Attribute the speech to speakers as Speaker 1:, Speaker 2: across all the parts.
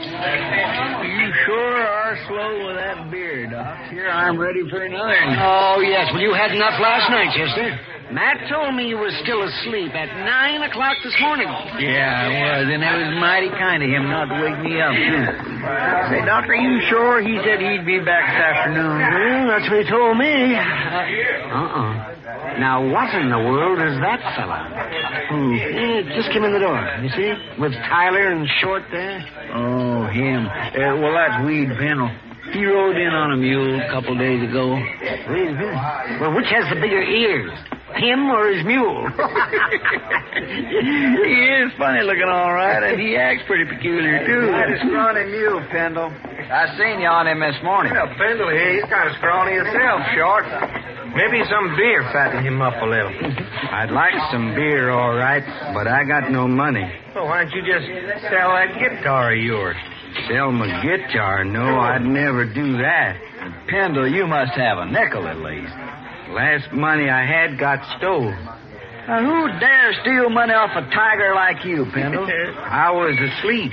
Speaker 1: You sure are slow with that beer, Doc. Here, I'm ready for another.
Speaker 2: Oh, yes. Well, you had enough last night, Chester. Matt told me you were still asleep at 9 o'clock this morning.
Speaker 1: Yeah, I was, and that was mighty kind of him not to wake me up, too. Say, Doctor, are you sure? He said he'd be back this afternoon.
Speaker 2: Well, Hmm, that's what he told me. Uh-uh. Now, what in the world is that fella? Hmm. Yeah, just came in the door, you see? With Tyler and Short there.
Speaker 1: Oh, him. Uh, well, that's Weed Pennell. He rode in on a mule a couple days ago.
Speaker 2: Wait a minute. Well, which has the bigger ears? Him or his mule?
Speaker 1: he is funny looking, all right, and he acts pretty peculiar, too.
Speaker 3: Mighty scrawny mule, Pendle. I seen you on him this morning. Yeah, Pendle here, he's kind of scrawny himself, short. Maybe some beer fattened him up a little. I'd like some beer, all right, but I got no money. Well, why don't you just sell that guitar of yours? Sell my guitar? No, I'd never do that. Pendle, you must have a nickel at least. Last money I had got stolen. Now, who dares steal money off a tiger like you, Pendle? I was asleep.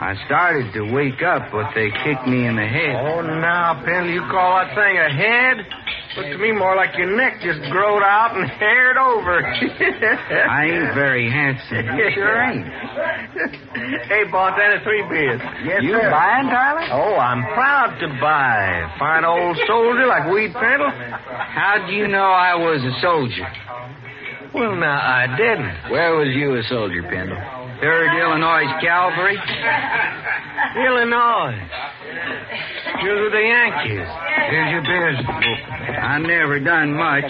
Speaker 3: I started to wake up, but they kicked me in the head. Oh, now, Pendle, you call that thing a head? Looked to me more like your neck just growed out and haired over. I ain't very handsome. You sure ain't. hey, Montana, three beers. Yes,
Speaker 2: You buying, Tyler?
Speaker 3: Oh, I'm proud to buy. Fine old soldier like Weed Pendle. How'd you know I was a soldier? Well, now, I didn't. Where was you a soldier, Pendle? Third Illinois Cavalry. Illinois. You're with the Yankees. Here's your beers. I never done much.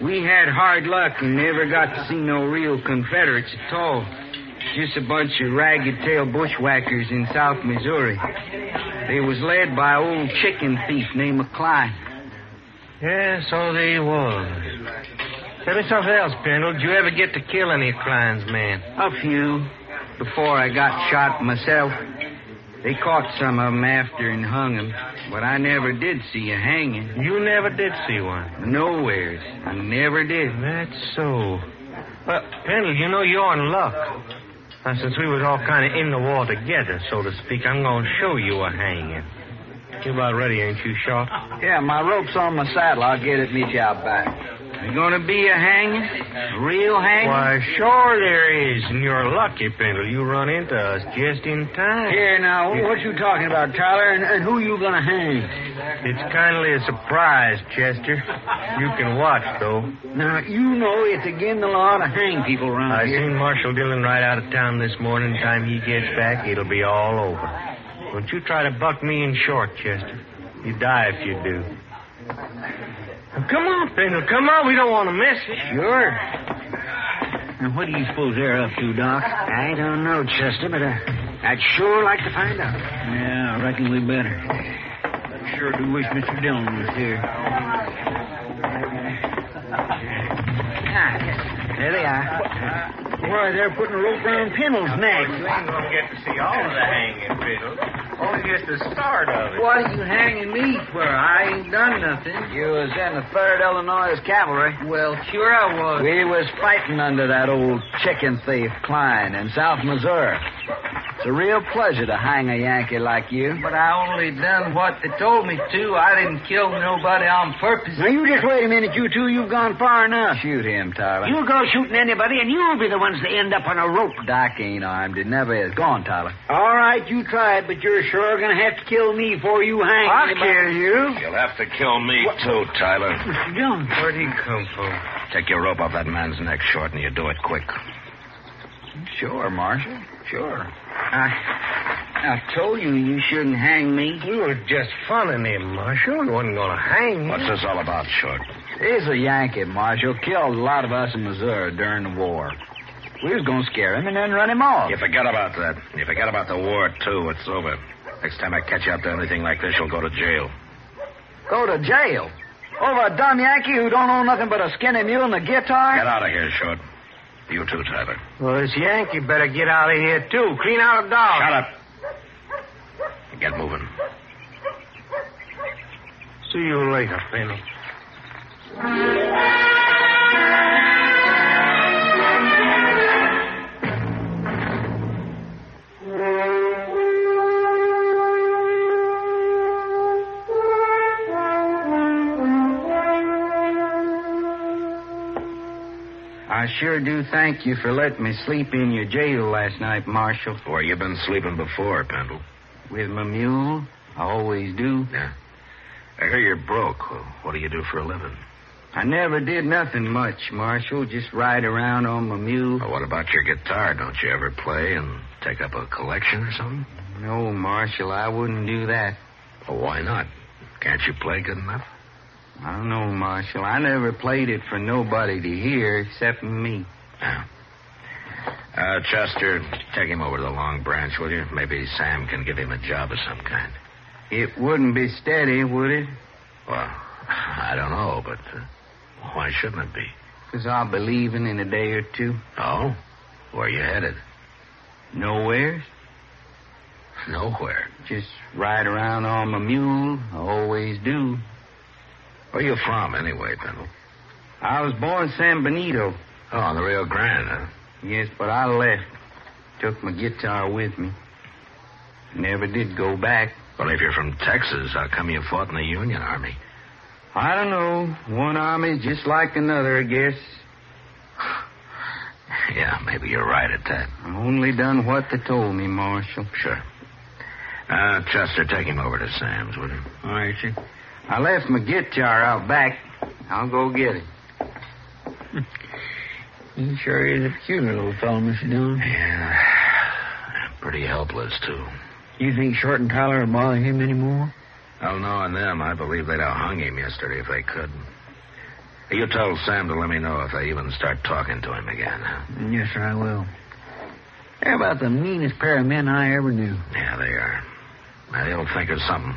Speaker 3: We had hard luck and never got to see no real Confederates at all. Just a bunch of ragged-tailed bushwhackers in South Missouri. They was led by an old chicken thief named McCline. Yeah, so they was. Tell me something else, Pendle. Did you ever get to kill any of Klein's men? A few. Before I got shot myself. They caught some of 'em after and hung 'em, but I never did see a hanging. You never did see one? Nowheres. I never did. That's so. Well, Pendle, you know you're in luck. Now, since we was all kind of in the war together, so to speak, I'm going to show you a hanging. You about ready, ain't you, Shaw?
Speaker 2: Oh.
Speaker 1: Yeah, my rope's on my saddle. I'll get it, meet you out back.
Speaker 3: You gonna be a hanging? A real hanging? Why, sure there is, and you're lucky, Pendle. You run into us just in time.
Speaker 1: Here now, what you talking about, Tyler? And, and who you gonna hang?
Speaker 3: It's kindly a surprise, Chester. You can watch, though.
Speaker 1: Now you know it's again the law to hang people around
Speaker 3: I
Speaker 1: here.
Speaker 3: seen Marshal Dillon ride out of town this morning. Time he gets back, it'll be all over. Don't you try to buck me in short, Chester. You die if you do. Now, come on, Pendle. Come on. We don't want to miss it. Sure.
Speaker 1: Now, what do you suppose they're up to, Doc?
Speaker 2: I don't know, Chester, but uh, I'd sure like to find out.
Speaker 1: Yeah, I reckon we better. Sure do wish Mr. Dillon was here.
Speaker 2: Ah, there they are. Why, they're putting rope around Pennell's neck.
Speaker 4: ain't gonna get to see all of the hanging, Bill. Only just the start of it.
Speaker 1: What are you hanging me for? I ain't done nothing.
Speaker 2: You was in the 3rd Illinois Cavalry.
Speaker 1: Well, sure I was.
Speaker 2: We was fighting under that old chicken thief, Klein, in South Missouri. It's a real pleasure to hang a Yankee like you.
Speaker 1: But I only done what they told me to. I didn't kill nobody on purpose.
Speaker 2: Now, you just wait a minute, you two. You've gone far enough. Shoot him, Tyler.
Speaker 3: You go shooting anybody, and you'll be the ones that end up on a rope.
Speaker 2: Doc ain't armed. He never is. Go on, Tyler.
Speaker 3: All right, you try it, but you're sure going to have to kill me before you hang.
Speaker 2: I'll
Speaker 3: kill you.
Speaker 5: You'll have to kill me, too, Tyler.
Speaker 3: Don't.
Speaker 4: Where'd he come from?
Speaker 5: Take your rope off that man's neck short, and you do it quick.
Speaker 2: Sure, Marshal. Sure.
Speaker 3: I, I told you you shouldn't hang me.
Speaker 4: We were just funning him, Marshal. He wasn't gonna hang
Speaker 5: What's this all about, Short?
Speaker 2: He's a Yankee, Marshal. Killed a lot of us in Missouri during the war. We was gonna scare him and then run him off.
Speaker 5: You forget about that. You forget about the war, too. It's over. Next time I catch you up to anything like this, you'll go to jail.
Speaker 2: Go to jail. Over a dumb Yankee who don't own nothing but a skinny mule and a guitar?
Speaker 5: Get out of here, Short. You too, Tyler.
Speaker 4: Well, this Yankee better get out of here, too. Clean out of dodge.
Speaker 5: Shut up. Get moving.
Speaker 4: See you later, Penny.
Speaker 3: I sure do thank you for letting me sleep in your jail last night, Marshal.
Speaker 5: Where you been sleeping before, Pendle?
Speaker 3: With my mule, I always do.
Speaker 5: Yeah. I hear you're broke. What do you do for a living?
Speaker 3: I never did nothing much, Marshal. Just ride around on my mule.
Speaker 5: Well, what about your guitar? Don't you ever play and take up a collection or something?
Speaker 3: No, Marshal, I wouldn't do that.
Speaker 5: Well, why not? Can't you play good enough?
Speaker 3: I don't know, Marshal. I never played it for nobody to hear except me.
Speaker 5: Yeah. Uh, Chester, take him over to the Long Branch, will you? Maybe Sam can give him a job of some kind.
Speaker 3: It wouldn't be steady, would it?
Speaker 5: Well, I don't know, but uh, why shouldn't it be?
Speaker 3: Because I'll be leaving in a day or two.
Speaker 5: Oh? Where you headed?
Speaker 3: Nowhere.
Speaker 5: Nowhere.
Speaker 3: Just ride around on my mule. I always do.
Speaker 5: Where you from, anyway, Pendle?
Speaker 3: I was born in San Benito.
Speaker 5: Oh, on the Rio Grande, huh?
Speaker 3: Yes, but I left. Took my guitar with me. Never did go back.
Speaker 5: Well, if you're from Texas, how come you fought in the Union Army?
Speaker 3: I don't know. One army's just like another, I guess.
Speaker 5: Yeah, maybe you're right at that.
Speaker 3: I only done what they told me, Marshal.
Speaker 5: Sure. Uh, Chester, take him over to Sam's, will you?
Speaker 3: All right, sir. I left my guitar out back. I'll go get it.
Speaker 1: Hmm. He sure is a peculiar little fellow, Mr. Dillon.
Speaker 5: Yeah. Pretty helpless, too.
Speaker 1: You think Short and Tyler will bother him anymore?
Speaker 5: Well, knowing them, I believe they'd have hung him yesterday if they could. You tell Sam to let me know if they even start talking to him again, huh?
Speaker 1: Yes, sir, I will. They're about the meanest pair of men I ever knew.
Speaker 5: Yeah, they are. Now, they'll think of something.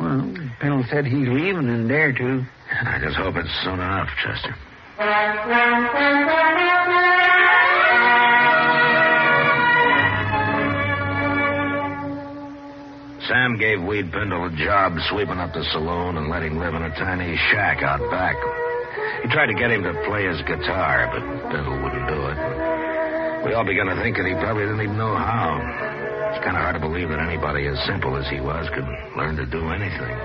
Speaker 1: Well, Pennell said he's leaving in a day or two.
Speaker 5: I just hope it's soon enough, Chester. Sam gave Weed Pendle a job sweeping up the saloon and let him live in a tiny shack out back. He tried to get him to play his guitar, but Pendle wouldn't do it. We all began to think that he probably didn't even know how. It's kind of hard to believe that anybody as simple as he was could learn to do anything.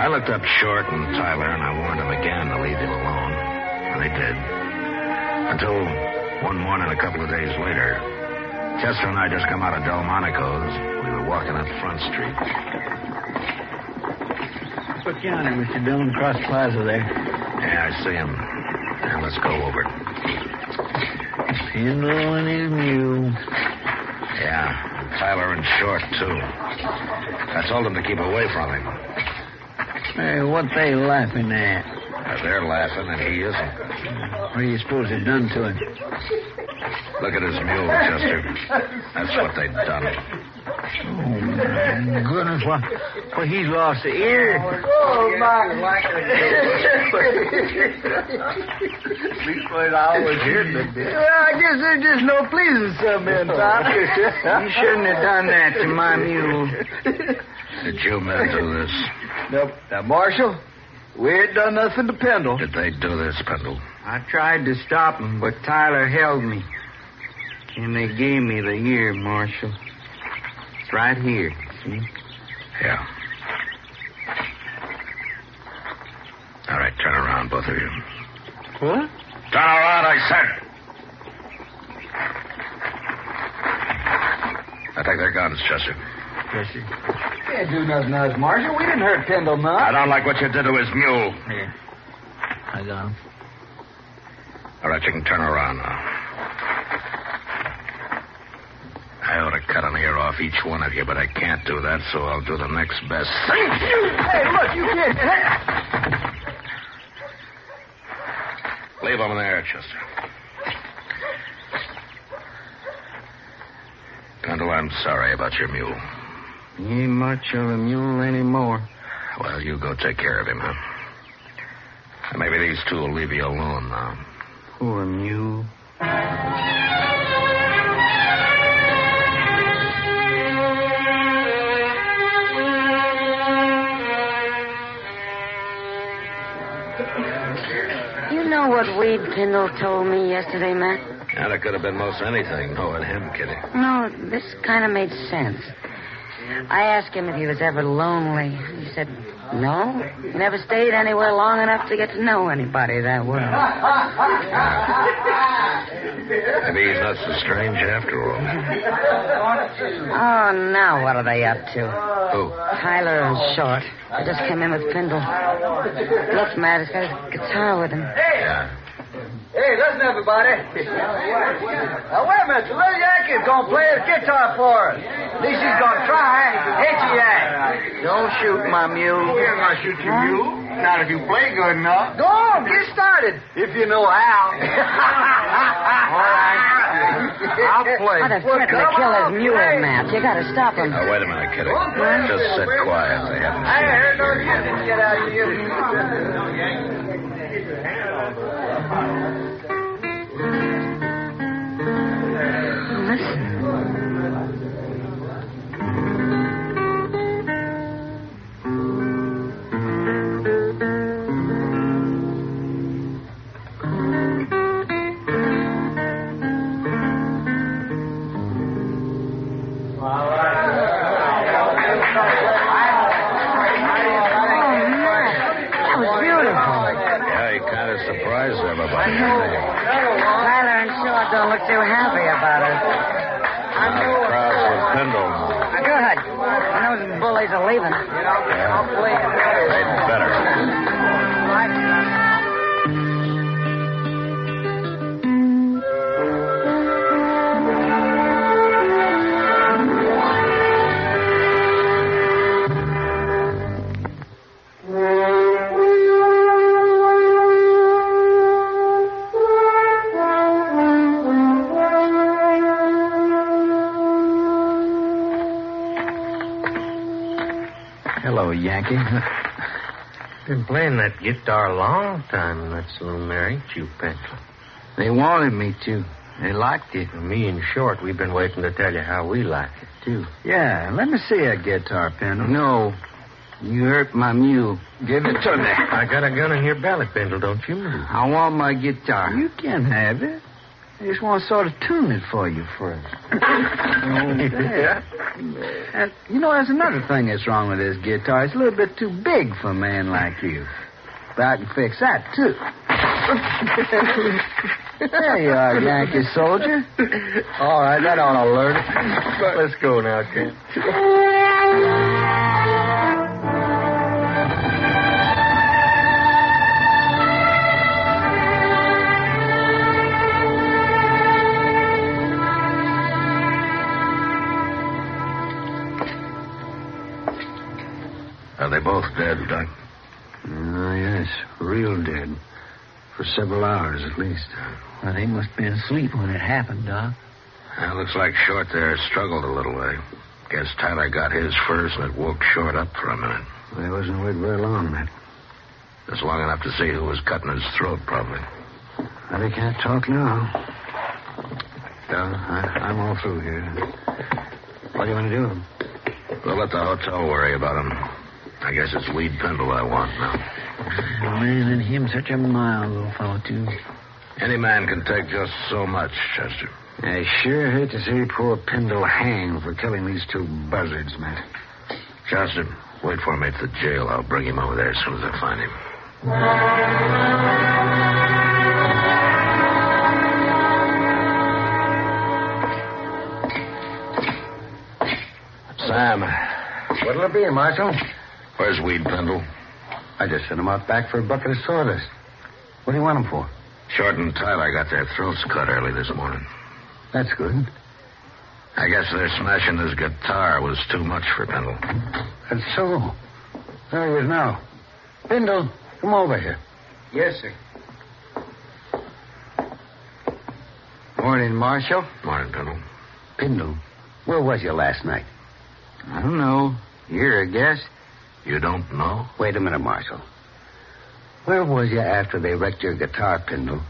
Speaker 5: I looked up Short and Tyler, and I warned them again to leave him alone. And they did. Until one morning, a couple of days later, Chester and I just come out of Delmonico's. We were walking up Front Street.
Speaker 1: Put you on it, Mr. Dillon, across the plaza there.
Speaker 5: Yeah, I see him. Now, let's go over.
Speaker 1: Pennell and his mule.
Speaker 5: Yeah, and Tyler and Short, too. I told them to keep away from him.
Speaker 1: Hey, what they laughing at?
Speaker 5: Now, they're laughing, and he isn't.
Speaker 1: What do you suppose they've done to him?
Speaker 2: Look at his mule, Chester. That's what they done. him.
Speaker 6: Goodness, why, why he lost an ear.
Speaker 7: Oh, my Because I always hear the
Speaker 6: Well, I guess there's just no pleasing some men, Tom.
Speaker 3: You shouldn't have done that to my mule.
Speaker 2: Did you men do this?
Speaker 6: Now, now, Marshal, we ain't done nothing to Pendle.
Speaker 2: Did they do this, Pendle?
Speaker 3: I tried to stop him, but Tyler held me. And they gave me the ear, Marshal. It's right here. See?
Speaker 2: Yeah. All right, turn around, both of you.
Speaker 3: What?
Speaker 2: Turn around, I said. I take their guns, Chester.
Speaker 6: Can't do nothing to us, Marshal. We didn't hurt Pendle
Speaker 2: I
Speaker 6: none.
Speaker 2: don't like what you did to his mule.
Speaker 6: I got him.
Speaker 2: All right, you can turn around now. I ought to cut an ear off each one of you, but I can't do that, so I'll do the next best thing.
Speaker 6: Hey, look, you can't.
Speaker 2: Leave them there, Chester. Pendle, I'm sorry about your mule.
Speaker 3: You ain't much of a mule anymore.
Speaker 2: Well, you go take care of him, huh? And maybe these two will leave you alone now.
Speaker 3: Poor mule.
Speaker 8: You know what Wade Kendall told me yesterday, Matt?
Speaker 2: Yeah, that could have been most anything, knowing him, Kitty.
Speaker 8: No, this kind of made sense. I asked him if he was ever lonely. He said, no. He never stayed anywhere long enough to get to know anybody that well.
Speaker 2: Maybe he's not so strange after all.
Speaker 8: Oh, now what are they up to?
Speaker 2: Who?
Speaker 8: Tyler and Short. I just came in with Kendall. Look, Matt, he's got his guitar with him.
Speaker 2: Yeah.
Speaker 6: Hey, listen, everybody. Now, wait a minute. The little Yankee's going to play his guitar for us. At least he's going to try. Hit you, Yank. Don't shoot my mule.
Speaker 7: We're going to shoot your mule. Not if you play good enough.
Speaker 6: Go on, get started. If you know how. All right.
Speaker 7: I'll play.
Speaker 8: Oh, they're threatening to kill his mule, Matt. You gotta stop him. Oh,
Speaker 2: Now, wait a minute, Kitty. Just sit quiet. They haven't
Speaker 6: I
Speaker 2: seen
Speaker 6: ain't heard
Speaker 2: you
Speaker 6: no
Speaker 2: here yet.
Speaker 6: music get out of you.
Speaker 8: Listen. Oh, Matt, that was beautiful.
Speaker 2: Yeah, he kind of surprised everybody. didn't he?
Speaker 8: Tyler and Short don't look too happy about it.
Speaker 2: Now, the crowd's with Pendle.
Speaker 8: Good. And those bullies are leaving.
Speaker 2: Yeah. They'd better.
Speaker 3: Hello, Yankee. Been playing that guitar a long time, that's little Mary. You pencil. They wanted me to. They liked it. Me and Short, we've been waiting to tell you how we like it, too. Yeah, let me see that guitar, Pendle. No. You hurt my mule. Give it to me. I got a gun in your belly, Pendle. Don't you move. I want my guitar. You can have it. I just want to sort of tune it for you first. yeah. And, you know, there's another thing that's wrong with this guitar. It's a little bit too big for a man like you. But I can fix that, too. there you are, Yankee soldier. All right, that ought to learn it. Let's go now, kid.
Speaker 2: Are they both dead, Doc? Ah,
Speaker 3: yes, real dead. For several hours, at least.
Speaker 9: Well, they must have been asleep when it happened, Doc.
Speaker 2: It looks like Short there struggled a little way. Guess Tyler got his first, and it woke Short up for a minute.
Speaker 3: Well, he wasn't awake very long, Matt.
Speaker 2: Just long enough to see who was cutting his throat, probably.
Speaker 3: Well, they can't talk now. No, I, I'm all through here. What do you want to do?
Speaker 2: We'll let the hotel worry about him. I guess it's Weed Pendle I want now.
Speaker 9: Man, and him such a mild little fellow, too.
Speaker 2: Any man can take just so much, Chester.
Speaker 3: I sure hate to see poor Pendle hang for killing these two buzzards, Matt.
Speaker 2: Chester, wait for me at the jail. I'll bring him over there as soon as I find him.
Speaker 3: Sam, what'll it be, Marshal?
Speaker 2: Where's Weed Pendle?
Speaker 3: I just sent him out back for a bucket of sawdust. What do you want him for?
Speaker 2: Short and Tyler got their throats cut early this morning.
Speaker 3: That's good.
Speaker 2: I guess their smashing his guitar was too much for Pendle.
Speaker 3: That's so. There he is now. Pendle, come over here.
Speaker 5: Yes, sir.
Speaker 3: Morning, Marshal.
Speaker 2: Morning, Pendle.
Speaker 3: Pendle, where was you last night?
Speaker 5: I don't know. Here, I guess.
Speaker 2: You don't know?
Speaker 3: Wait a minute, Marshal. Where was you after they wrecked your guitar, Pendle?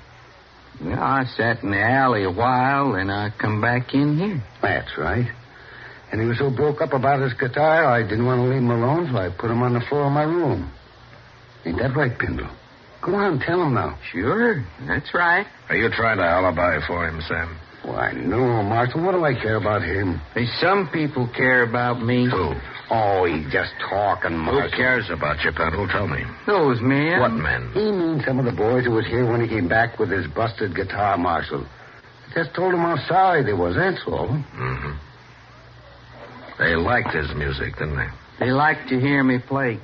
Speaker 5: Well, I sat in the alley a while, and I come back in here.
Speaker 3: That's right. And he was so broke up about his guitar, I didn't want to leave him alone, so I put him on the floor of my room. Ain't that right, Pendle? Go on, tell him now.
Speaker 5: Sure, that's right.
Speaker 2: Are you trying to alibi for him, Sam?
Speaker 3: Why, no, Marshal. What do I care about him?
Speaker 5: Hey, Some people care about me.
Speaker 2: Who?
Speaker 3: Oh, he's just talking,
Speaker 2: Who
Speaker 3: Marshal.
Speaker 2: cares about you, Pendle? Tell me.
Speaker 5: Those men.
Speaker 2: What men?
Speaker 3: He means some of the boys who was here when he came back with his busted guitar, Marshal. I just told him how sorry they was, that's all.
Speaker 2: hmm They liked his music, didn't they?
Speaker 5: They like to hear me play.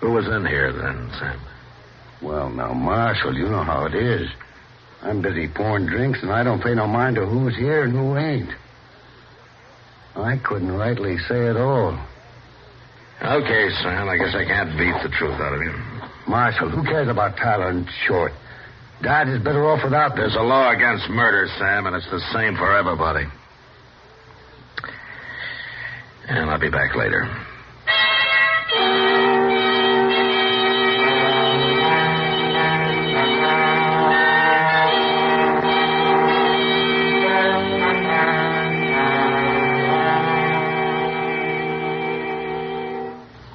Speaker 2: Who was in here then, Sam?
Speaker 3: Well, now, Marshal, you know how it is. I'm busy pouring drinks, and I don't pay no mind to who's here and who ain't. I couldn't rightly say at all.
Speaker 2: Okay, Sam. I guess I can't beat the truth out of you.
Speaker 3: Marshal, who cares about Tyler and Short? Dad is better off without this.
Speaker 2: There's a law against murder, Sam, and it's the same for everybody. And I'll be back later.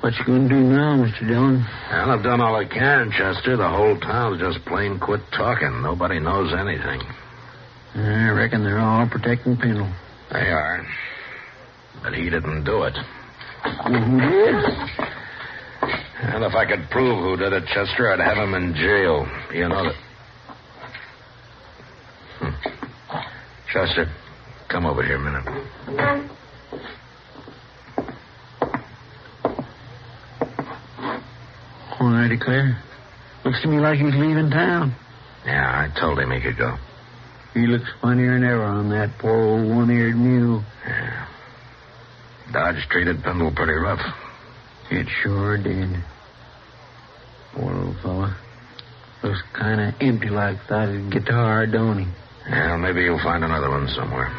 Speaker 5: What you gonna do now, Mr. Dillon?
Speaker 2: Well, I've done all I can, Chester. The whole town's just plain quit talking. Nobody knows anything.
Speaker 5: I reckon they're all protecting Pendle.
Speaker 2: They are. But he didn't do it.
Speaker 5: Who did?
Speaker 2: And if I could prove who did it, Chester, I'd have him in jail. You know that. Hmm. Chester, come over here a minute.
Speaker 5: Oh, I declare. Looks to me like he's leaving town.
Speaker 2: Yeah, I told him he could go.
Speaker 5: He looks funnier than ever on that poor old one-eared mule.
Speaker 2: Yeah. Dodge treated Pendle pretty rough.
Speaker 5: It sure did. Poor old fella. Looks kind of empty like without his guitar, don't he?
Speaker 2: Yeah, maybe you'll find another one somewhere.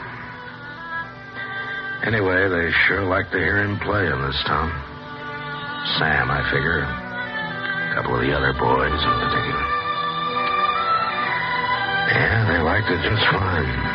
Speaker 2: Anyway, they sure like to hear him play in this town. Sam, I figure. A couple of the other boys in particular. Yeah, they liked it just fine.